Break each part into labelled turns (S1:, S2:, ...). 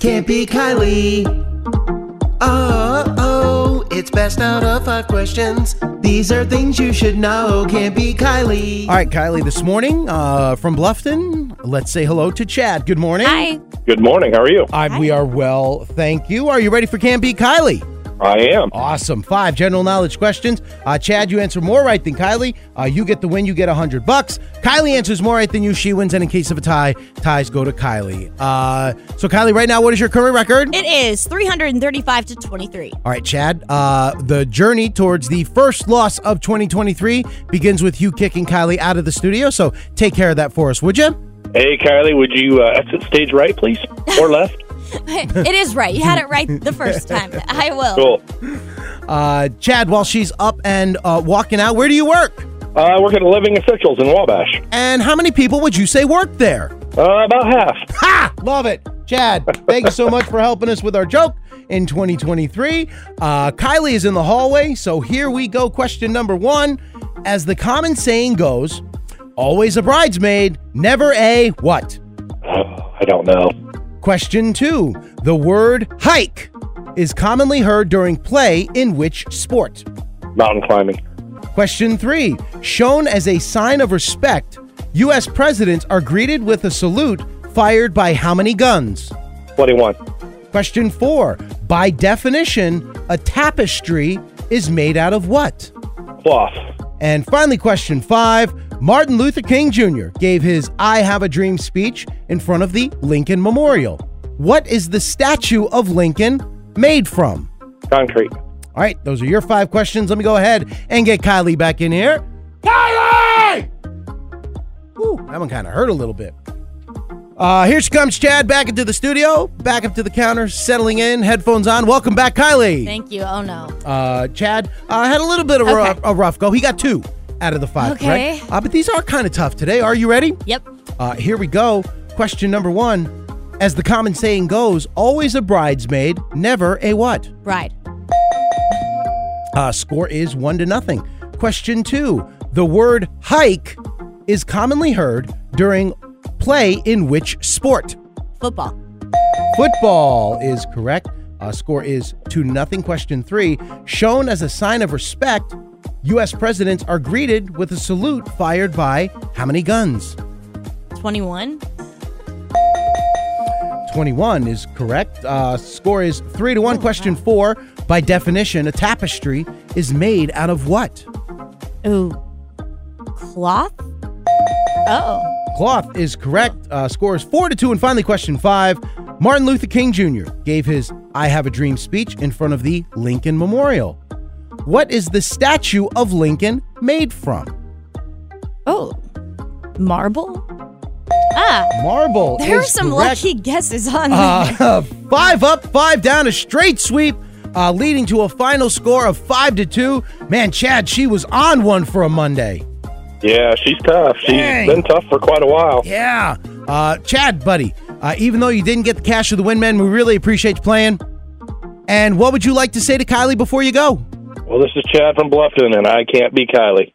S1: Can't be Kylie. Oh, oh, it's best out of five questions. These are things you should know. Can't be Kylie.
S2: All right, Kylie, this morning uh, from Bluffton, let's say hello to Chad. Good morning.
S3: Hi.
S4: Good morning. How are you?
S2: I, we are well, thank you. Are you ready for Can't Be Kylie?
S4: I am.
S2: Awesome. Five general knowledge questions. Uh, Chad, you answer more right than Kylie. Uh, you get the win. You get a hundred bucks. Kylie answers more right than you. She wins. And in case of a tie, ties go to Kylie. Uh, so Kylie, right now, what is your current record?
S3: It is 335 to 23.
S2: All right, Chad. Uh, the journey towards the first loss of 2023 begins with you kicking Kylie out of the studio. So take care of that for us, would you?
S4: Hey, Kylie, would you uh, exit stage right, please, or left?
S3: it is right. You had it right the first time. I will.
S4: Cool.
S2: Uh, Chad, while she's up and uh, walking out, where do you work?
S4: Uh, I work at Living Essentials in Wabash.
S2: And how many people would you say work there?
S4: Uh, about half.
S2: Ha! Love it. Chad, thank you so much for helping us with our joke in 2023. Uh, Kylie is in the hallway, so here we go. Question number one. As the common saying goes, always a bridesmaid, never a what?
S4: Oh, I don't know.
S2: Question two. The word hike is commonly heard during play in which sport?
S4: Mountain climbing.
S2: Question three. Shown as a sign of respect, U.S. presidents are greeted with a salute fired by how many guns?
S4: Twenty-one.
S2: Question four. By definition, a tapestry is made out of what?
S4: Cloth.
S2: And finally, question five Martin Luther King Jr. gave his I Have a Dream speech in front of the Lincoln Memorial. What is the statue of Lincoln made from?
S4: Concrete.
S2: All right, those are your five questions. Let me go ahead and get Kylie back in here. Kylie! Ooh, that one kind of hurt a little bit. Uh, here she comes, Chad, back into the studio, back up to the counter, settling in, headphones on. Welcome back, Kylie.
S3: Thank you. Oh, no.
S2: Uh, Chad uh, had a little bit of a,
S3: Okay.
S2: a rough go. He got two out of the five.
S3: Okay.
S2: correct? Uh, but these are kind of tough today. Are you ready?
S3: Yep.
S2: Uh, here we go. Question number one. As the common saying goes, always a bridesmaid, never a what?
S3: Bride.
S2: Uh, score is one to nothing. Question two. The word hike is commonly heard during play in which sport?
S3: Football.
S2: Football is correct. Uh, score is 2 nothing. Question 3. Shown as a sign of respect, U.S. presidents are greeted with a salute fired by how many guns?
S3: 21.
S2: 21 is correct. Uh, score is 3 to 1. Question 4. By definition, a tapestry is made out of what?
S3: Ooh. Cloth? Oh.
S2: Cloth is correct. Uh, score is 4 to 2. And finally, question 5. Martin Luther King Jr. gave his I Have a Dream speech in front of the Lincoln Memorial. What is the statue of Lincoln made from?
S3: Oh. Marble? Ah.
S2: Marble.
S3: There are
S2: is
S3: some
S2: correct.
S3: lucky guesses on there.
S2: Uh, five up, five down, a straight sweep, uh, leading to a final score of 5 to 2. Man, Chad, she was on one for a Monday.
S4: Yeah, she's tough. She's
S2: Dang.
S4: been tough for quite a while.
S2: Yeah. Uh, Chad, buddy, uh, even though you didn't get the cash of the win, man, we really appreciate you playing. And what would you like to say to Kylie before you go?
S4: Well, this is Chad from Bluffton, and I can't be Kylie.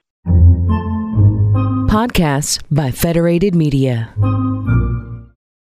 S5: Podcasts by Federated Media.